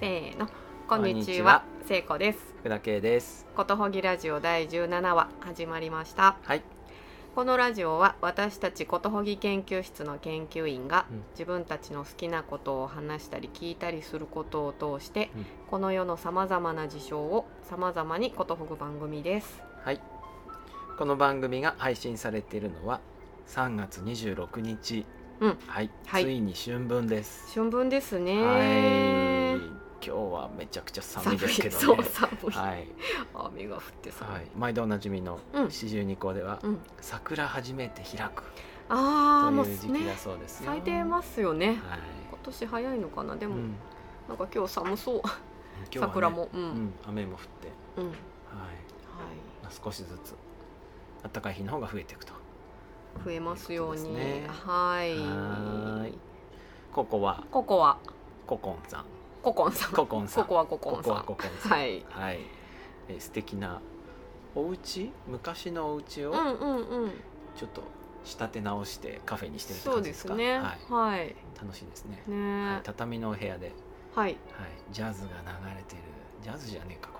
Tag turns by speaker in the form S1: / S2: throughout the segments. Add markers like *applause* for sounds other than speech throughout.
S1: せーのこんにちは聖子です
S2: 福田圭です
S1: ことほぎラジオ第17話始まりました
S2: はい
S1: このラジオは私たちことほぎ研究室の研究員が
S2: うん
S1: 自分たちの好きなことを話したり聞いたりすることを通して
S2: うん
S1: この世のさまざまな事象をさまざまにことほぐ番組です
S2: はいこの番組が配信されているのは3月26日、
S1: うん
S2: はい、
S1: はい
S2: ついに春分です、
S1: 春分です
S2: はい
S1: ね
S2: 今日はめちゃくちゃ寒いですけどね
S1: そう寒い、
S2: はい、
S1: 雨が降って寒い、
S2: はい、毎度おなじみの
S1: うん
S2: 四十二校では、
S1: うん、
S2: 桜初めて開く
S1: ああ
S2: と
S1: もう
S2: いう時期
S1: ね
S2: だそうですよ、
S1: 咲いてますよね、
S2: はい、
S1: 今年早いのかなで
S2: う
S1: も、
S2: ん、
S1: なんか今日寒そう、
S2: 今日はね
S1: 桜もう
S2: うんん、雨も降って、
S1: うん、はい
S2: はい、まあ少しずつ暖かい日の方が増えていくと
S1: 増えますように
S2: ということですね
S1: はい
S2: はーいここは
S1: ココア
S2: ココンさん
S1: ココンさん
S2: ココンさん
S1: ココアココン
S2: ここ
S1: さ
S2: は
S1: ん
S2: ここですね
S1: はい
S2: はい、えー素敵なお家昔のお家を
S1: うんうんうん
S2: ちょっと仕立て直してカフェにしてるって
S1: そう
S2: 感じ
S1: で
S2: です
S1: す
S2: か
S1: ね
S2: は
S1: はい
S2: い、楽しいですね、はい
S1: ね、
S2: 畳のお部屋で、はい、
S1: はい
S2: ジャズが流れてるジャズじゃねえかこ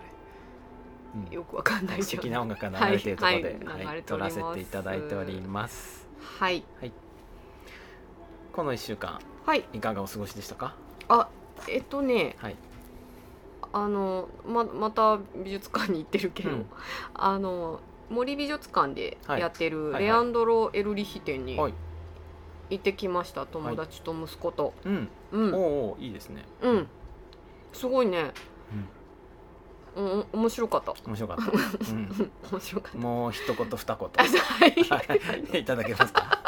S2: れ、
S1: よくわかん
S2: うん
S1: な
S2: はいい、素
S1: けど
S2: 敵な音楽が流れてるところで、
S1: はいはい
S2: はい
S1: 流れて
S2: 撮
S1: おりま
S2: ら
S1: す
S2: せていただいております
S1: はい
S2: この1週間
S1: はい
S2: いかがお過ごしでしたか
S1: あえっとね
S2: はい、
S1: あのままた美術館に行ってるけど、
S2: うん
S1: あの森美術館でやってる
S2: はいはいはい
S1: レアンドロ・エルリヒ展に
S2: はい
S1: 行ってきました友達と息子と、
S2: うん、
S1: うん
S2: おうおういいですね
S1: うん、すごいね、うん、面白かった
S2: 面白かった、
S1: *laughs*
S2: うん、
S1: 面白かっ
S2: もう一言二言
S1: た *laughs* はい
S2: はいいただけますか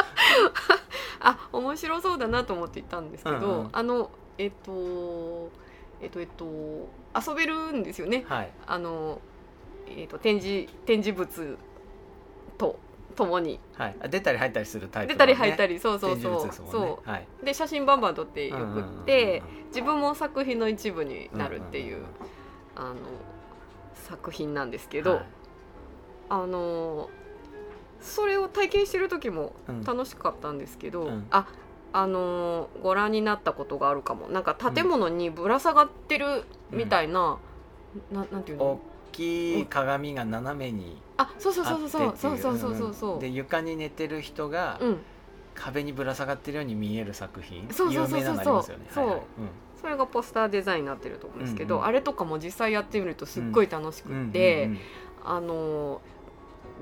S1: あ面白そうだなと思って行ったんですけど、
S2: うんうん
S1: あのえっとえっとえっと遊べるんですよね
S2: はい
S1: あの、えっと、展示展示物とともに
S2: はい、あ出たり入ったりするタイ
S1: 出
S2: プの
S1: た
S2: ね、
S1: り入ったり、そうそう
S2: 展示
S1: そう
S2: 物ですもんね
S1: そ
S2: はい、
S1: うで写真バンバン撮ってよくって自分も作品の一部に
S2: うんうんうん
S1: なるっていう、
S2: んんん
S1: あの作品なんですけ
S2: け
S1: ど、あのーそれを体験してる時も
S2: うん
S1: 楽しかったんですけど、
S2: うん
S1: ああのーご覧になったことがあるかもなんか建物にぶら下がってるみたいな、ななんていう
S2: 大
S1: の
S2: きい鏡が斜めに
S1: あそうそう
S2: あ
S1: そ
S2: って
S1: う
S2: ってい
S1: そううそうそうそうそ
S2: ん
S1: うそうん
S2: で床に寝てる人が
S1: うん
S2: 壁にぶら下がってるように見える作品、
S1: そうそうそうそう
S2: 有名なのありますよね
S1: そう
S2: はいはい
S1: それがポスターデザインになってると思うんですけど、
S2: うんうん
S1: あれとかも実際やってみるとすっごい楽しく
S2: うん、
S1: て、
S2: うんうんうん
S1: あのー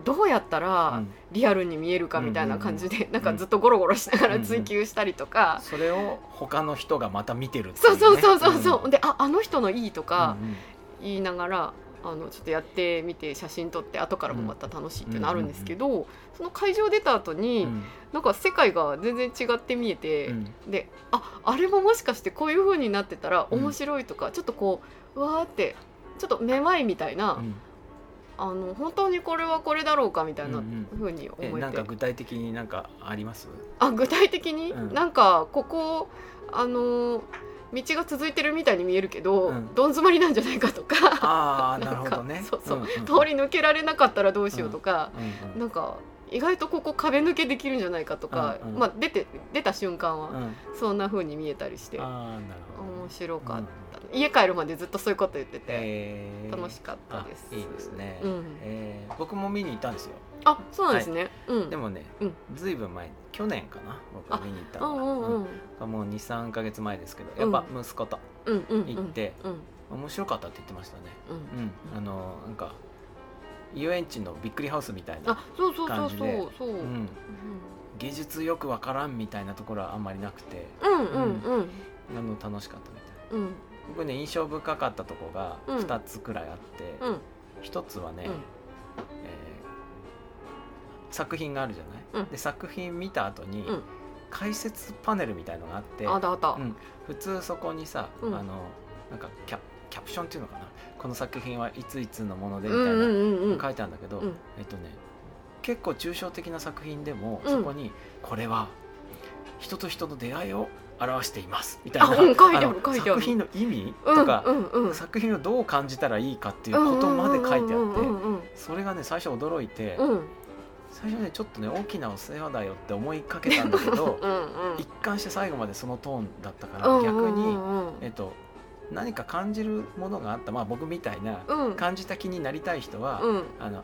S1: どうやったら
S2: うん
S1: リアルに見えるかみたいな感じで、なんかずっとゴロゴロしながら追求したりとか、
S2: それを他の人がまた見てるってい
S1: そう
S2: ね
S1: そうそうそうそう、
S2: ん
S1: でああの人のいいとか
S2: うんうん
S1: 言いながら、あのちょっとやってみて写真撮って後からもまた楽しいっていうのあるんですけど、その会場出た後に、
S2: うん
S1: なんか世界が全然違って見えて、
S2: うん
S1: でああれももしかしてこういう風になってたら
S2: うん
S1: 面白いとか、ちょっとこううわーってちょっとめまいみたいな、
S2: うん
S1: あの本当にこれはこれだろうかみたいな
S2: うんうん
S1: 風に思え
S2: え
S1: て、
S2: なんか具体的になんかあります *laughs*
S1: あ具体的に、
S2: うん
S1: なんかここあのー道が続いてるみたいに見えるけど、
S2: うん
S1: どん詰まりなんじゃないかとか
S2: ああ
S1: な
S2: なんる
S1: か
S2: ほどね
S1: そうそう
S2: うんん
S1: 通り抜けられなかったらどうしようとか、
S2: うん
S1: なんか意外とここ壁抜けできるんじゃないかとか、
S2: うんうん
S1: まあ、出て出た瞬間
S2: う
S1: は
S2: んうん
S1: そんな風に見えたりして、
S2: ああなるほど
S1: 面白かった、家帰るまでずっとそういうこと言ってて、
S2: え
S1: 楽しかったです。
S2: あいいですね
S1: うん、
S2: えー僕も見に行ったんですよ
S1: あそうなんですね、うん
S2: でもね、
S1: うん
S2: ずいぶん前に去年かな
S1: あ
S2: 僕見に行った
S1: う
S2: の
S1: ん
S2: が
S1: うんう
S2: うん
S1: ん
S2: もう23か月前ですけどやっぱ息子と
S1: うんうんうん
S2: 行って
S1: うん
S2: 面白かったって言ってましたね
S1: うん
S2: うんあのなんか遊園地のびっくりハウスみたいな
S1: あそうそうそ
S2: 感
S1: う
S2: じ
S1: そ
S2: で
S1: うそう、
S2: う
S1: うん
S2: ん芸術よくわからんみたいなところはあんまりなくて
S1: うんうんうん
S2: あの楽しかったみたい
S1: うん
S2: 僕ね印象深かったとこが
S1: うん
S2: 2つくらいあって、
S1: うん
S2: 一つはね、
S1: うん
S2: えー作品があるじゃない、
S1: うん
S2: で作品見た後に、
S1: うん
S2: 解説パネルみたいのがあって
S1: あったあった
S2: うん普通そこにさ、
S1: うん
S2: あのなんかキャキャプションっていうのかなこの作品はいついつのもので
S1: う
S2: み
S1: ん
S2: た
S1: う
S2: いな、
S1: んうんうん
S2: 書いてあるんだけど、
S1: うん
S2: えっとね結構抽象的な作品でも、
S1: うん
S2: そこに「これは人と人の出会いを表しています」みたいな、
S1: あうん書いてある
S2: の
S1: 書いてある
S2: 作品の意味とか、
S1: うんうんうん
S2: 作品をどう感じたらいいかっていうことまで書いてあって。
S1: うんうんうん
S2: それがね最初驚いて、
S1: うんうんうん
S2: 最初ねちょっとね大きなお世話だよって思いかけたんだけど
S1: *laughs* うんうん
S2: 一貫して最後までそのトーンだったから逆に、
S1: うんうんうん
S2: えっと何か感じるものがあったまあ僕みたいな
S1: うん
S2: 感じた気になりたい人は、
S1: うん
S2: あの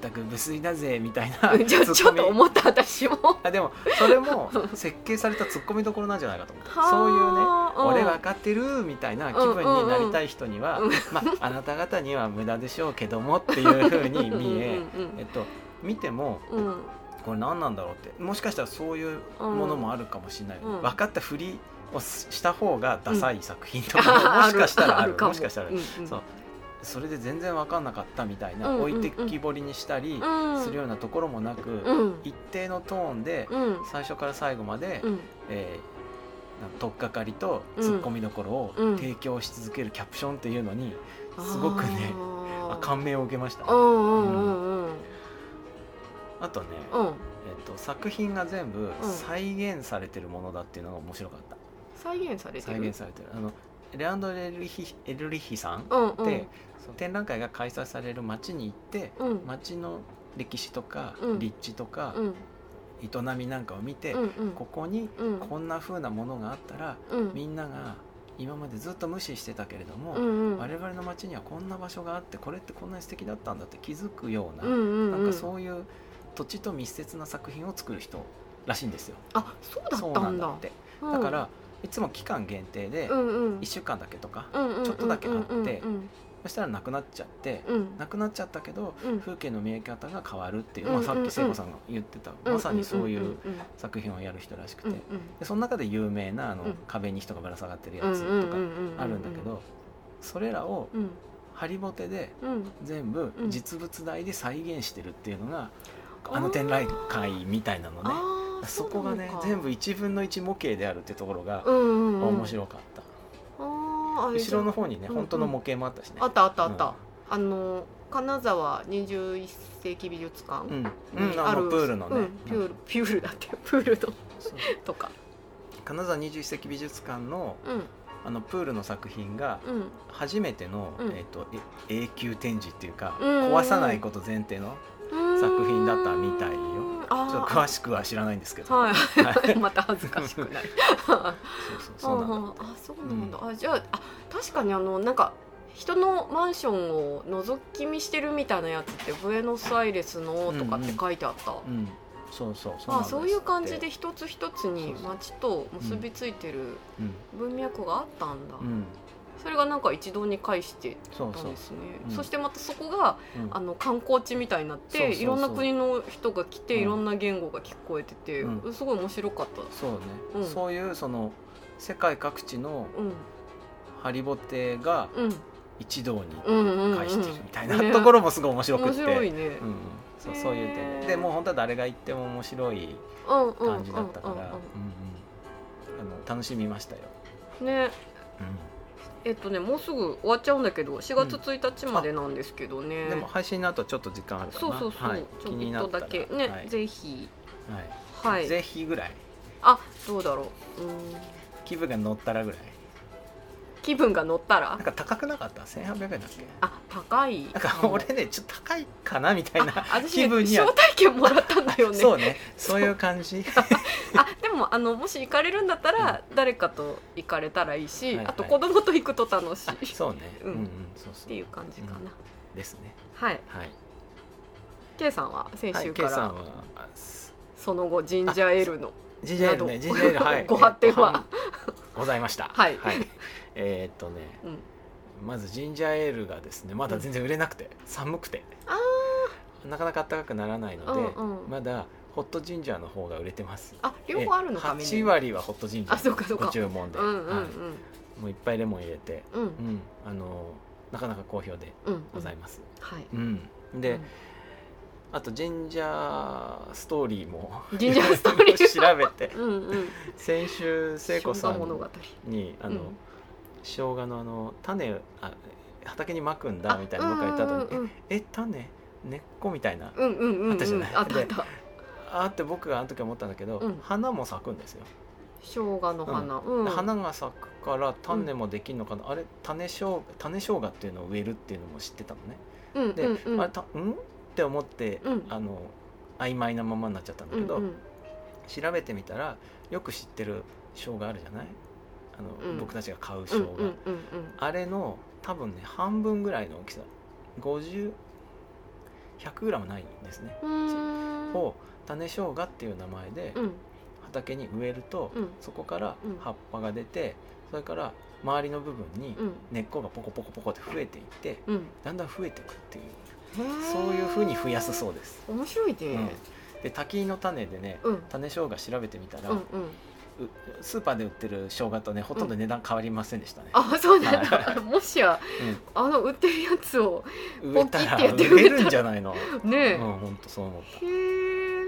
S2: 全く無粋だぜみたいな
S1: *laughs* うんちょちょっと思った私も
S2: あでもそ
S1: *laughs*
S2: れも設計されたツッコミどころなんじゃないかと思ってそういうね
S1: はあ
S2: 俺分かってるみたいな気分になりたい人には、
S1: うんうん
S2: まあ、あなた方には無駄でしょうけどもっていうふうに見え
S1: うん
S2: えっと見ても
S1: うんうんうん
S2: これ何なんだろうってもしかしたらそういうものもあるかもしれない、
S1: うん
S2: 分かったふりをした方がダサい作品とかも
S1: *laughs* あ
S2: もしかしたらある
S1: か
S2: もしかしたらある
S1: うんうん
S2: そうそれで全然分かんなかったみたいな、
S1: うんうんうん
S2: 置いてきぼりにしたり
S1: うん
S2: するようなところもなく、
S1: うん
S2: 一定のトーンで
S1: うん
S2: 最初から最後まで、
S1: うん
S2: えーなんか取っかかりとツッコミどころを
S1: うん
S2: 提供し続けるキャプションっていうのにすごくねあ
S1: あー
S2: 感銘を受けましたね、
S1: うんうんうんうん
S2: あとね、
S1: うん
S2: えっと、作品が全部
S1: うん
S2: 再現されてるものだっていうのが面白かった、
S1: 再現されて
S2: 再
S1: る
S2: 現されてるあのレアンドレ・エルリヒエルリヒさん
S1: うんう
S2: で、
S1: ん
S2: その展覧会が開催される町に行って
S1: うん
S2: 町の歴史とか、
S1: うん
S2: 立地とか、
S1: うん
S2: 営みなんかを見て、
S1: うんうん
S2: ここに
S1: うん
S2: こんな風なものがあったら
S1: うん
S2: みんなが今までずっと無視してたけれども、
S1: うんうん
S2: 我々の町にはこんな場所があってこれってこんなに素敵だったんだって気づくような、
S1: うんうん
S2: な
S1: うんん
S2: かそういう土地と密接な作品を作る人らしいんですよ。
S1: あそうだ
S2: そう
S1: っ
S2: な
S1: た
S2: ん
S1: ん
S2: だ
S1: だ
S2: って、
S1: うん
S2: だからいつも期間限定で
S1: うんうん
S2: 1週間だけとか、
S1: うんうんうん
S2: ちょっとだけあって
S1: うんうん
S2: そしたらなくなっちゃって、
S1: うんうん
S2: なくなっちゃったけど
S1: うん
S2: 風景の見え方が変わるっていう、
S1: うん
S2: ま
S1: う
S2: あ、
S1: ん
S2: さっ
S1: うん
S2: き聖子さんが言ってた、まさにそういう作品をやる人らしくて、でその中で有名なあの、
S1: うん
S2: 壁に人がぶら下がってるやつとか
S1: あ
S2: あるんだけど、それらを
S1: うん
S2: ハリボテで
S1: うん
S2: 全部
S1: うん
S2: 実物大で再現してるっていうのが、
S1: あー
S2: あの展覧会みたいなのね
S1: あー
S2: そこがね
S1: うなのか
S2: 全部1分の1模型であるってところが
S1: うんうんうん
S2: 面白かった、
S1: あーあれじ
S2: 後
S1: ゃん
S2: ろの方にね、
S1: うん
S2: 本当の模型もあったしね
S1: あったあったあった、
S2: うん
S1: あの金沢21世紀美術館
S2: うん、うん
S1: に
S2: あのプールのね、
S1: うんピュールピュールだって *laughs* プールの
S2: そう
S1: とか
S2: 金沢21世紀美術館の
S1: うん
S2: あのプールの作品が
S1: うん
S2: 初めての、
S1: うん
S2: えっとえ永久展示っていうか、
S1: うん
S2: 壊さないこと前提の作品だったみたいよちょっと詳
S1: し
S2: しくは知らないんですけど、
S1: はい
S2: はい
S1: い *laughs* また恥ずかしくなる
S2: そうそうそうなんだ
S1: ああそうなんだ、あじゃああ確かにあのなんか人のマンションを覗き見してるみたいなやつってブエノスアイレスのとかって書いてあった、
S2: うん、そうそうそうな
S1: あ
S2: んです
S1: そういう感じ
S2: っ
S1: で
S2: て、
S1: 一つ一つに街と結びついてる
S2: うん
S1: 文脈があったんだ、
S2: うん、
S1: それがなんか一堂に会して
S2: そう
S1: た
S2: そ
S1: ん
S2: う
S1: で、すね
S2: うん
S1: そしてまたそこが
S2: うん
S1: あの観光地みたいになっ
S2: そうそう
S1: て
S2: そう
S1: いろんな国の人が来て、
S2: うん
S1: いろんな言語が聞こえてて、
S2: う
S1: すごい面白かった
S2: そうね、
S1: うん
S2: そういうその世界各地の
S1: うん
S2: ハリボテが
S1: うん
S2: 一堂に
S1: うんうんうん
S2: 会してるみたいな
S1: ね
S2: ところもすごい面白く
S1: 面
S2: って、
S1: 白いね、
S2: うんうん、そう
S1: へー
S2: そういう点ででもう本当は誰が行っても面白い
S1: うんうん
S2: 感じだったから、うん
S1: うんうん
S2: うんあの楽しみましたよ、
S1: うんね
S2: う
S1: えっとねもうすぐ終わっちゃうんだけど4月1日までなんですけどね、
S2: ん、でも配信の後ちょっと時間あるかな
S1: そうそうそう、
S2: はい、
S1: ち
S2: 気
S1: ょ
S2: に
S1: っ
S2: な
S1: と
S2: った
S1: だ
S2: ら
S1: けね、
S2: はい
S1: ぜひ
S2: はい
S1: はい
S2: ぜひぐらい
S1: あどうだろううーん
S2: 気分が乗ったらぐらい
S1: 気分が乗ったら
S2: なんか高くなかった1800円だっけ
S1: あ高い
S2: なんか俺ねちょっと高いかなみたいな
S1: あ私
S2: 気分には
S1: 招待券もらったんだよね
S2: そうねそういう感じ
S1: あでもあのもし行かれるんだったら、誰かと行かれたらいいし、
S2: はいはい
S1: あと子供と行くと楽しい
S2: あ
S1: っ
S2: *laughs* そうねう
S1: うんん
S2: うんそうそう
S1: ていう感じかな、
S2: うんですね
S1: はい
S2: はい
S1: K さんは先
S2: はい
S1: 週
S2: K
S1: か
S2: さ
S1: ら
S2: んはあす
S1: その後ジンジャーエールの
S2: ジンジャーエールね
S1: など
S2: ジンジャーエールは
S1: *laughs*
S2: い
S1: ご発展は
S2: えっとはございました
S1: はい
S2: えーっとね
S1: うん
S2: まずジンジャーエールがですねまだ全然売れなくて寒くて
S1: あ
S2: なかなか暖かくならないので
S1: うんうん
S2: まだホットジンジャーの方が売れてます
S1: あ両方あるのかメニュー
S2: 8割はホットジンジャ
S1: あそうかそ
S2: ー
S1: うか
S2: ご注文で
S1: うんうんうん、
S2: はいもういっぱいレモン入れて
S1: うん
S2: うん、あのなかなか好評で
S1: うんうん
S2: ございます。
S1: はい
S2: うん、で、あとジンジャーストーリーも
S1: ジンジャーストーリー
S2: *laughs* 調べて、
S1: うんうん
S2: 先週聖子さ
S1: 生姜物語
S2: んにあの、
S1: うん
S2: 生姜のあの種あ畑にまくんだみたいな僕が言った後に
S1: うんうん
S2: 「え種根っこ?」みたいな。
S1: うんうんうん
S2: あったじゃない
S1: あったあった
S2: あーって僕があの時思ったんだけど、
S1: うん
S2: 花も咲くんですよ、
S1: 生姜の花、うん
S2: で花が咲くから種もできるのかな、あれ種しょう種生姜っていうのを植えるっていうのも知ってたのね
S1: うん
S2: で、
S1: うんうん
S2: あれたんって思って、
S1: うん
S2: あの曖昧なままになっちゃったんだけど、
S1: うんうん
S2: 調べてみたらよく知ってる生姜あるじゃないああの、
S1: うん
S2: 僕たちが買う
S1: うん
S2: 賞
S1: う
S2: が、
S1: んうんうん
S2: あれの多分ね半分ぐらいの大きさ50 100g ないんですね、
S1: うーん
S2: を種生姜っていう名前で
S1: うん
S2: 畑に植えると、
S1: うん
S2: そこから
S1: うん
S2: 葉っぱが出てそれから周りの部分に
S1: うん
S2: 根っこがポコポコポコって増えていって
S1: うん
S2: だんだん増えていくっていう
S1: へー
S2: そういう風に増やすそうです、
S1: 面白いね
S2: うん、で滝の種でね
S1: うん
S2: 種生姜調べてみたら、
S1: うんうん
S2: うスーパーで売ってる生姜とねほとんど値段変わりませんでしたね、
S1: あそうなんだもしや
S2: うん
S1: あの売ってるやつを
S2: 植えたら
S1: ポキってやって
S2: 植えるんじゃないの、
S1: ね
S2: うん本当そう思っ
S1: えへ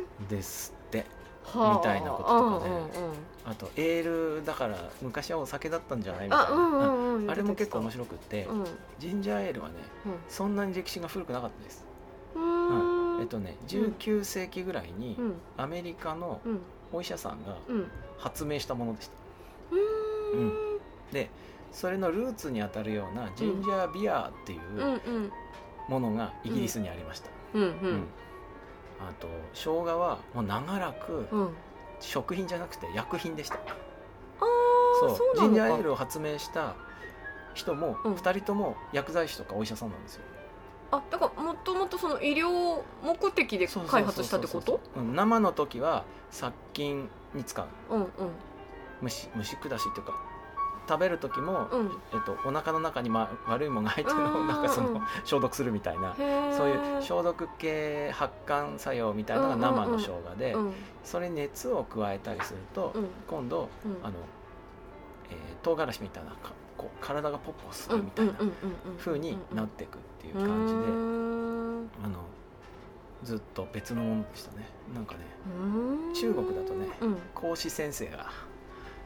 S1: え
S2: たですって
S1: はあ
S2: みたいなこととかね
S1: うんうんうん
S2: あとエールだから昔はお酒だったんじゃないみたい
S1: あ
S2: な、
S1: うんうんうん
S2: あれも結構面
S1: 白
S2: 白くって、
S1: うん
S2: ジンジャーエールはねそんなに歴史が古くなかったです、
S1: うんうーん
S2: えっとね19世紀ぐらいに
S1: うん
S2: アメリカの
S1: うん
S2: お医者さんが
S1: うん
S2: 発明したものでした
S1: うーん
S2: でそれのルーツにあたるようなジンジャービアーってい
S1: うん
S2: う
S1: うん
S2: ものがイギリスにありました、
S1: うんう
S2: うん
S1: ん
S2: あと生姜はもう長らく
S1: うん
S2: 食品じゃなくて薬品でした、
S1: あ
S2: そ
S1: あ
S2: う
S1: そう
S2: ジンジャ
S1: な
S2: ー
S1: の
S2: エー
S1: か
S2: ルを発明した人も
S1: うん
S2: 2人とも薬剤師とかお医者さんなんですよ、
S1: あだからもともとその医療目的で
S2: そうそうそうそう
S1: 開発したってこと
S2: うん生の時は殺菌に使う
S1: うんうん
S2: 虫虫下しっていうか食べる時も、
S1: うん
S2: えっと、お腹の中に、ま、悪いものが入ってるの
S1: う
S2: を
S1: ん
S2: なんかそ
S1: うん
S2: の消毒するみたいな
S1: へえ
S2: そういう消毒系発汗作用みたいなのが生の生姜で
S1: うん
S2: それに熱を加えたりすると
S1: うん
S2: 今度
S1: うん
S2: あの、えー唐辛子みたいなかこう体がポッポす
S1: うん
S2: るみたいな
S1: うんうんうん
S2: 風になっていくっていう感じ
S1: う
S2: で
S1: ーん
S2: あのずっと別のものでしたねなんかね
S1: うーん
S2: 中国だとね
S1: うん
S2: 孔子先生が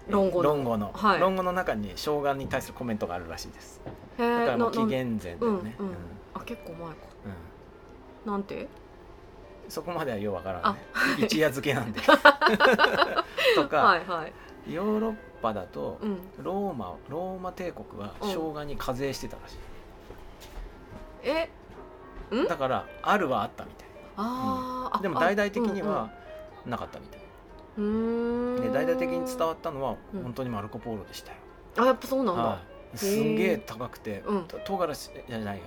S1: 論語の
S2: 論語の,、
S1: はい
S2: 論語の中に生姜に対するコメントがあるらしいです
S1: へ
S2: だ
S1: え
S2: からもう
S1: な
S2: 紀
S1: なん
S2: 元前だ
S1: う
S2: よ
S1: ん
S2: ね、
S1: う
S2: うん
S1: んあ結構前か
S2: うん
S1: なんて
S2: そこまではようわからんね
S1: あはい
S2: 一夜漬けな
S1: *laughs*
S2: んでとか、
S1: はいはい
S2: ヨーロッパだと
S1: うん
S2: ローマローマ帝国は生姜に課税してたらしい、
S1: え
S2: だからあるはあったみたい
S1: あーあ
S2: でも大々的にはなかったみたい、
S1: うーん
S2: で大々的に伝わったのは
S1: うん
S2: 本当にマルコ・ポーロでしたよ、
S1: あやっぱそうなんだ、
S2: はい、すんげえ高くて、
S1: うん
S2: と唐辛子じゃないよ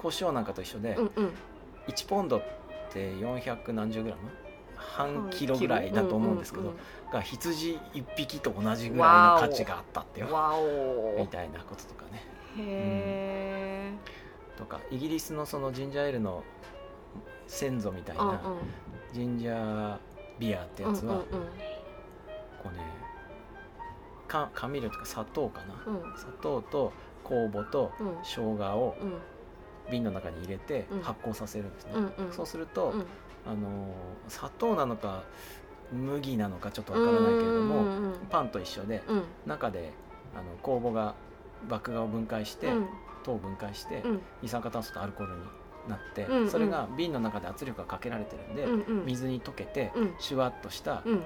S2: 胡椒なんかと一緒で、
S1: うんうん
S2: 1ポンドって400何十グラム半キロぐらいだと思うんですけど、
S1: う
S2: が羊1匹と同じぐらいの価値があったって
S1: うんうん
S2: よ
S1: わお
S2: み
S1: へ
S2: たいなこととかね
S1: え
S2: とかイギリスのそのジンジャーエールの先祖みたい
S1: うんうん
S2: なジンジャービアってやつは、
S1: うんうん
S2: こうねか甘味料とか砂糖かな、
S1: うん
S2: 砂糖と酵母と
S1: うん
S2: 生姜を
S1: うん
S2: 瓶の中に入れて
S1: うん
S2: 発酵させるんですね、
S1: うんうん
S2: そうすると、
S1: うん
S2: あのー砂糖なのか麦なのかちょっとわからないけれど
S1: う
S2: も
S1: ん
S2: パンと一緒で
S1: うん
S2: 中であの酵母が麦芽を分解して、
S1: うん
S2: 糖を分解して、
S1: うん
S2: 二酸化炭素とアルコールになって、
S1: うんうん
S2: それが瓶の中で圧力がかけられてるんで、
S1: うんうん
S2: 水に溶けて、
S1: うん
S2: シュワッとした
S1: うん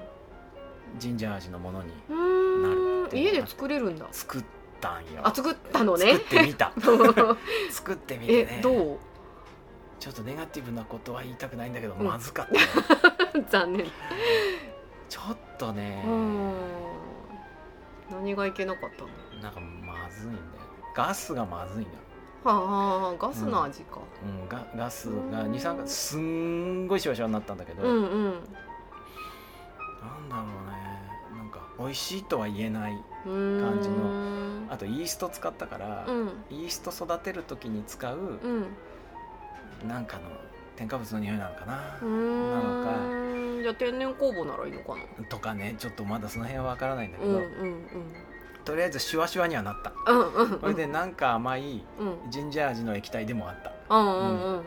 S2: ジンジャー味のものに
S1: うーん
S2: なるっていう
S1: 家で作れるんだ
S2: 作ったんよ、
S1: あ作ったのね
S2: 作ってみた
S1: *laughs*
S2: 作ってみてね
S1: えどう
S2: ちょっとネガティブなことは言いたくないんだけど、
S1: うん
S2: まずかったよ
S1: *laughs* 残念
S2: ちょっとね、
S1: うん何がいけなかったの
S2: なんかまずいんだよねガスがまずいんだよ、
S1: はあガスの味か
S2: うん、ガガスが
S1: うん
S2: 二酸化すんごいシワシワになったんだけど、
S1: うんうん
S2: なんだろうねなんか美味しいとは言えないう
S1: ーん
S2: 感じのあとイースト使ったから、
S1: うん
S2: イースト育てる時に使う
S1: うん
S2: なんかの添加物の匂いなのかな、
S1: うーんじゃあ天然酵母ならいいのかな
S2: とかねちょっとまだその辺はわからないんだけ
S1: うん
S2: ど、
S1: うん
S2: とりあえずシュワシュワにはなった
S1: うんうんうんうん
S2: これでなんか甘い
S1: うん
S2: ジンジャー味の液体でもあった
S1: うんうんうんうん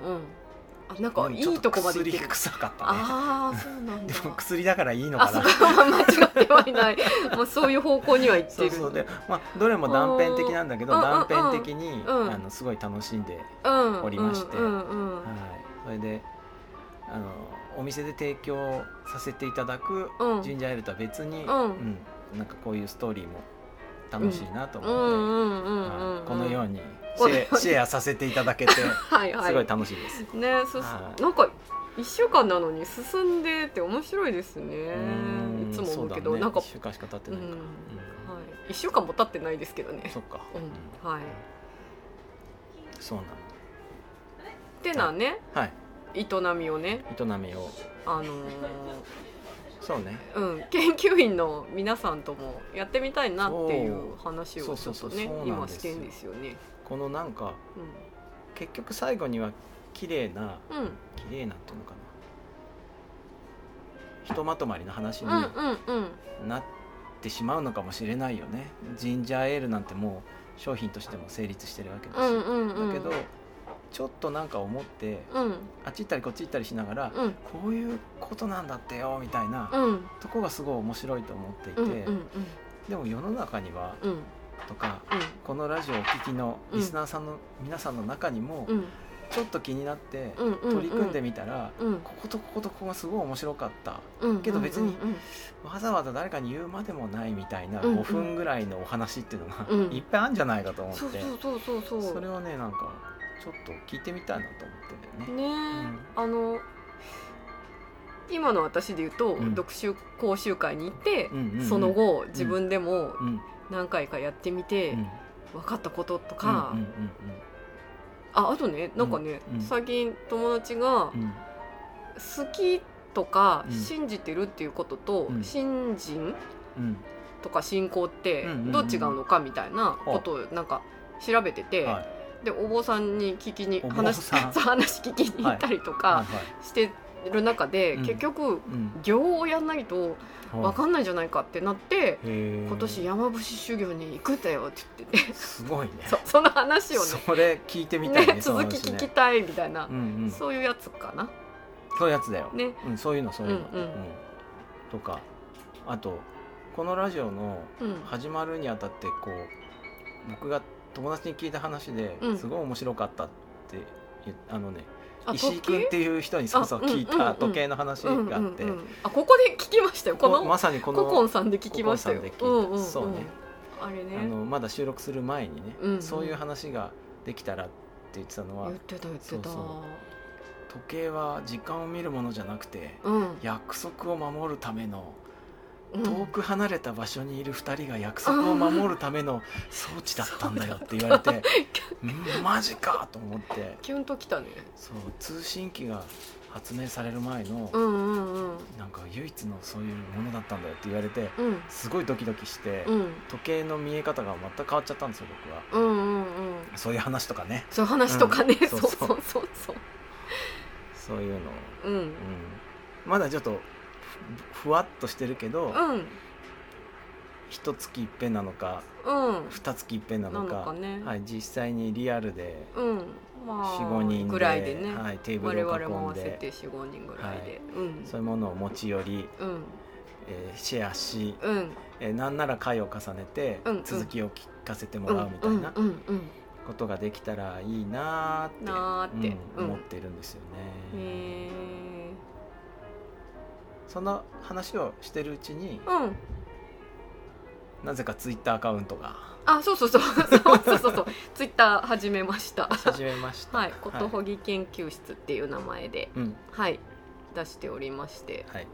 S1: あなんかい
S2: ちょっ
S1: いとこまで行って
S2: 薬
S1: る
S2: 臭かったね
S1: ああそうなん
S2: *laughs* で
S1: だ
S2: も薬だからいいの
S1: あ
S2: か
S1: そ
S2: な
S1: こは間違ってはいない *laughs* まあそういう方向には行って
S2: そう
S1: る
S2: そうで、まあ、どれも断片的なんだけど
S1: うんうんうんう
S2: 断
S1: ん
S2: 片的に、
S1: うん
S2: あのすごい楽しんで、
S1: うん
S2: おりまして
S1: うんうんうん
S2: はい、それであのお店で提供させていただく
S1: うん
S2: ジンジャーエールとは別に、
S1: うん
S2: うんなんかこういうストーリーも楽しいなと
S1: うんう
S2: 思って、
S1: んうんうん
S2: このよう
S1: に
S2: にシ
S1: このよ
S2: ェアシェアさせていただけてす
S1: *laughs* はいはい
S2: ごい楽しいです。
S1: ねそう
S2: は
S1: なんか一週間なのに進んでって面白いですね
S2: うーん
S1: いつも思うけど
S2: そだね
S1: なんか
S2: 一週間しか経ってないから、
S1: うん
S2: うん
S1: はい1週間も経ってないですけどね
S2: そっか、うん
S1: うんはい
S2: そうなの
S1: ってなね
S2: はい
S1: 営みをね
S2: 営みを
S1: あのー
S2: そうね
S1: うん、研究員の皆さんともやってみたいなっていう話
S2: そ
S1: を
S2: う
S1: ち
S2: そ
S1: ょ
S2: う
S1: っと
S2: そうそう
S1: ね
S2: そうなん
S1: 今
S2: ですよ
S1: してんですよね。
S2: このなんか
S1: う、
S2: 結局最後には綺麗なん
S1: うん
S2: 綺麗なんていうのかなひとまとまりの話に
S1: うんうんうん
S2: なってしまうのかもしれないよね、ジンジャーエールなんてもう商品としても成立してるわけだし、
S1: うんうんうん
S2: だけどちょっとなんか思って
S1: うん
S2: あっち行ったりこっち行ったりしながら、
S1: うん
S2: こういうことなんだってよみたいな
S1: うんうん
S2: とこがすごい面白いと思っていて、
S1: うんうん
S2: でも世の中には
S1: うん
S2: とかこのラジオをお聞きのリスナーさんの皆さんの中にも、
S1: うん
S2: ちょっと気になって
S1: うんうん
S2: 取り組んでみたら、
S1: うん
S2: こことこことここがすごい面白かった
S1: うん
S2: けど別に
S1: うん
S2: わざわざ誰かに言うまでもないみたいな
S1: うんうん
S2: 5分ぐらいのお話っていうのが、
S1: うん
S2: いっぱいあるんじゃないかと
S1: うん
S2: 思って
S1: そうそうそうそうそ
S2: そうれをねなんかちょっと聞いてみたいなと思ってんだよね。
S1: ねえ、あの今の私で言うと、
S2: うん
S1: 読書講習会に行って、
S2: うんうんうん
S1: その後自分でも
S2: うん
S1: 何回かやってみて、
S2: うん
S1: 分かったこととか、
S2: うんうん
S1: ああとねなんかね、
S2: うんうん
S1: 最近友達が
S2: うんうん
S1: 好きとか
S2: うん
S1: 信じてるっていうことと、
S2: うん
S1: 信心
S2: うん
S1: とか信仰って
S2: うんうんうん
S1: どう違うのかみたいなことをなんか調べてて、
S2: はい
S1: でお坊さんに聞きに
S2: お坊
S1: 話 *laughs*
S2: さん
S1: そう話聞きに行ったりと
S2: はいは
S1: かしてる中で、
S2: うん
S1: 結局
S2: いうん
S1: 行をやんないと分か
S2: は
S1: んないんじゃないかってなって、
S2: いへー
S1: 今年山伏修行に行くんだよって言
S2: *laughs*
S1: ってて
S2: すごいね
S1: そその話をね
S2: それ聞いてみたい
S1: ね
S2: ねその
S1: 続
S2: 話
S1: き聞き
S2: ね
S1: たいみたいな
S2: う、んうん
S1: そういうやつかな。
S2: そういうやつだよ、
S1: ね、
S2: うん、そういうのそういうの、
S1: うんうん
S2: とかあとこのラジオの
S1: うん、
S2: 始まるにあたってこう僕が友達に聞いた話で
S1: うん
S2: すごい面白かったって言っあのね
S1: あ
S2: 石
S1: 時
S2: 井
S1: 計
S2: 君っていう人にそうそう
S1: あうん
S2: 聞い
S1: うんうんう
S2: た
S1: ん
S2: 時計の話があって
S1: うんうんうんあここで聞きましたよこ
S2: こ
S1: の
S2: まさにこの
S1: ココンさんで聞きましたよ
S2: ココンさんで聞いた
S1: うんうんん
S2: そうね
S1: あれ
S2: あ
S1: ね
S2: のまだ収録する前にね、
S1: うんうん
S2: そういう話ができたらって言ってたのは
S1: 言ってた言って
S2: そう
S1: た
S2: そ時計は時間を見るものじゃなくて
S1: うん
S2: 約束を守るための
S1: うん
S2: 遠く離れた場所にいる2人が約束を守るための装置だったんだよって言わ
S1: *laughs*
S2: れてうんマジかと思って
S1: キュンときたね
S2: そう通信機が発明される前の
S1: うんうんうん
S2: なんか唯一のそういうものだったんだよって言われて
S1: うん
S2: すごいドキドキして
S1: うん
S2: 時計の見え方が全く変わっちゃったんですよ僕は
S1: うんうんうん
S2: そういう話とかね
S1: そういう話とかね、
S2: うん
S1: そ
S2: そう
S1: そ
S2: うそう
S1: うそうそう
S2: そういうのを、
S1: うん
S2: うん、まだちょっとふふわっとしてるけど
S1: うん
S2: 一月いっぺんなのか
S1: うん
S2: 二月いっぺんな
S1: な
S2: の
S1: の
S2: か
S1: かね、
S2: はい、実際にリアルで
S1: うんまあ
S2: 45人で
S1: ぐらいでね、
S2: はい、テーブ
S1: 我
S2: ルを
S1: 々も合
S2: 囲ん
S1: わせ
S2: で
S1: て45人ぐらいで、
S2: はい
S1: うん
S2: そういうものを持ち寄り、
S1: うん
S2: えーシェアし、
S1: うん
S2: えーなんなら回を重ねて
S1: うんうん
S2: 続きを聞かせてもらうみたいな
S1: うんうんうん
S2: ことができたらいいな
S1: うんな
S2: ー
S1: ーっ
S2: っ、
S1: てて、
S2: うん思ってるんですよ
S1: うん
S2: ね。
S1: へー
S2: そんな話をしてるうちに
S1: うん、
S2: なぜかツイッターアカウントが
S1: あ、そうそうそう、そうそうそうそう、ツイッター始めました。
S2: 始めました。
S1: はい、ことほぎ研究室っていう名前で、
S2: うん
S1: はい、出しておりまして、
S2: はい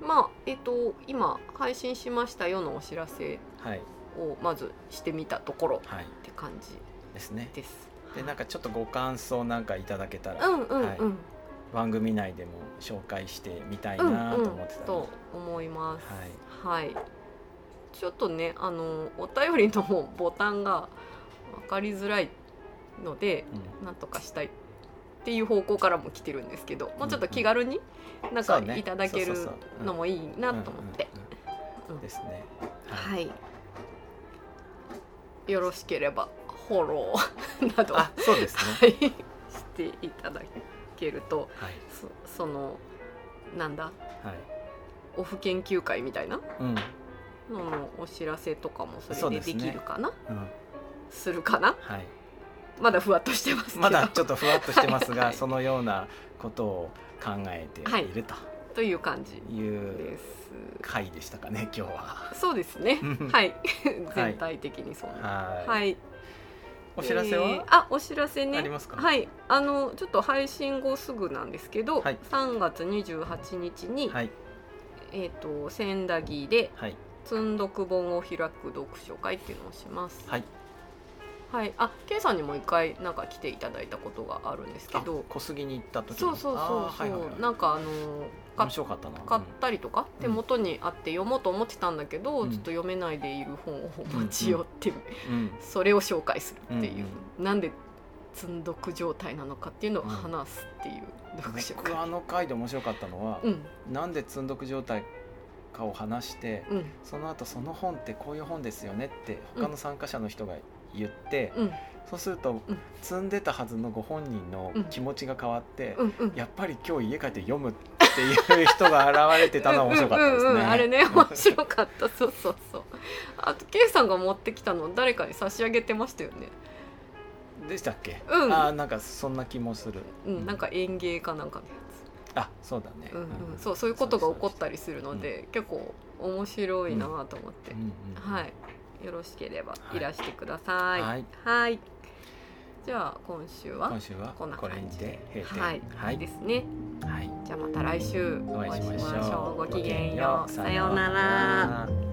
S1: まあ、えっと、今配信しましたよのお知らせ
S2: はい
S1: をまずしてみたところっ
S2: はい
S1: て感じ
S2: ですね。
S1: です。
S2: でなんかちょっとご感想なんかいただけたら、
S1: うんうんうん、
S2: はい
S1: うん
S2: 番組内でも紹介してみたいな
S1: う
S2: と
S1: ん
S2: 思ってたの
S1: と思います。
S2: はい
S1: はい。ちょっとね、あのお便りのボタンが分かりづらいので、
S2: う
S1: なんとかしたいっていう方向からも来てるんですけどもうちょっと気軽になん
S2: そ
S1: か
S2: うね
S1: いただける
S2: そうそうそううん
S1: のもいいなんと思って、
S2: うんうんうんですね
S1: はいいよろしければフォローなどは
S2: あそうです
S1: い
S2: ね
S1: していただけると
S2: はい
S1: そそのなんだ
S2: はい
S1: オフ研究会みたいな
S2: うん
S1: ののお知らせとかも
S2: そ
S1: そうれで
S2: で
S1: すで
S2: ね
S1: きるかな
S2: うん
S1: す,、るかな
S2: はい
S1: まだふわっとしてますけど
S2: まだちょっとふわっとしてます
S1: *laughs* はいは
S2: が
S1: い
S2: そのようなことを考えていると
S1: という感じ
S2: い
S1: で
S2: う
S1: す
S2: 回でしたかね今日は
S1: そうですね
S2: うん
S1: はい全体的にそんな
S2: は
S1: はいい。
S2: お知らせ
S1: えー
S2: は
S1: あ、お知らせね。
S2: ありますか
S1: はい、あのちょっと配信後すぐなんですけど、
S2: はい
S1: 3月28日に、
S2: はい
S1: えっ、と仙台で
S2: はい
S1: 積読本を開く読書会っていうのをします
S2: はい、
S1: はい、あ、ケイさんにも一回なんか来ていただいたことがあるんですけ
S2: あ
S1: ど、
S2: 小杉に行った時
S1: そうそう
S2: あ
S1: そうそう、
S2: ーはいはいはい
S1: なんかあの
S2: 面
S1: か
S2: 白かったな
S1: 買ったりとか、
S2: うん
S1: 手元にあって読もうと思ってたんだけど、
S2: うん
S1: ちょっと読めないでいる本を持ち寄って、
S2: うんうん
S1: それを紹介するっていう、
S2: うん
S1: なんで積んどく状態なのかっていうのを話すっていう読書
S2: 僕
S1: 会。
S2: あの回で面白かったのは、
S1: うん
S2: なんで積んどく状態かを話して、
S1: うん
S2: その後その本ってこういう本ですよねって他の参加者の人が言って、
S1: うん
S2: そうすると、
S1: うん
S2: 積んでたはずのご本人の気持ちが変わって、
S1: うんうん。
S2: やっぱり今日家帰って読むっていう人が現れてたのは面白かったですね。
S1: うんうんうんあれね面白かったそうそうそうあと K さんが持ってきたの誰かに差し上げてましたよね
S2: でしたっけ？
S1: うん
S2: あーなんかそんな気もする。
S1: うん、なんか園芸かなんかのや
S2: あそうだね
S1: つ、。うんうん、そうそういうことが起こったりするので結構面白いなと思って
S2: う、んうん
S1: はいよろしければ
S2: はい
S1: いらしてください
S2: はい
S1: はいじゃあ今週は
S2: 今週は
S1: こんな
S2: これ
S1: 感
S2: に
S1: じ
S2: て
S1: で
S2: 閉店。
S1: はい、、
S2: はい
S1: いですね
S2: はい
S1: じゃあまた来週
S2: お
S1: お
S2: 会
S1: 会
S2: い
S1: い
S2: し
S1: し
S2: ま
S1: ま
S2: し
S1: し
S2: ょ
S1: ょ
S2: う。
S1: うごきげんようさようなら
S2: ら。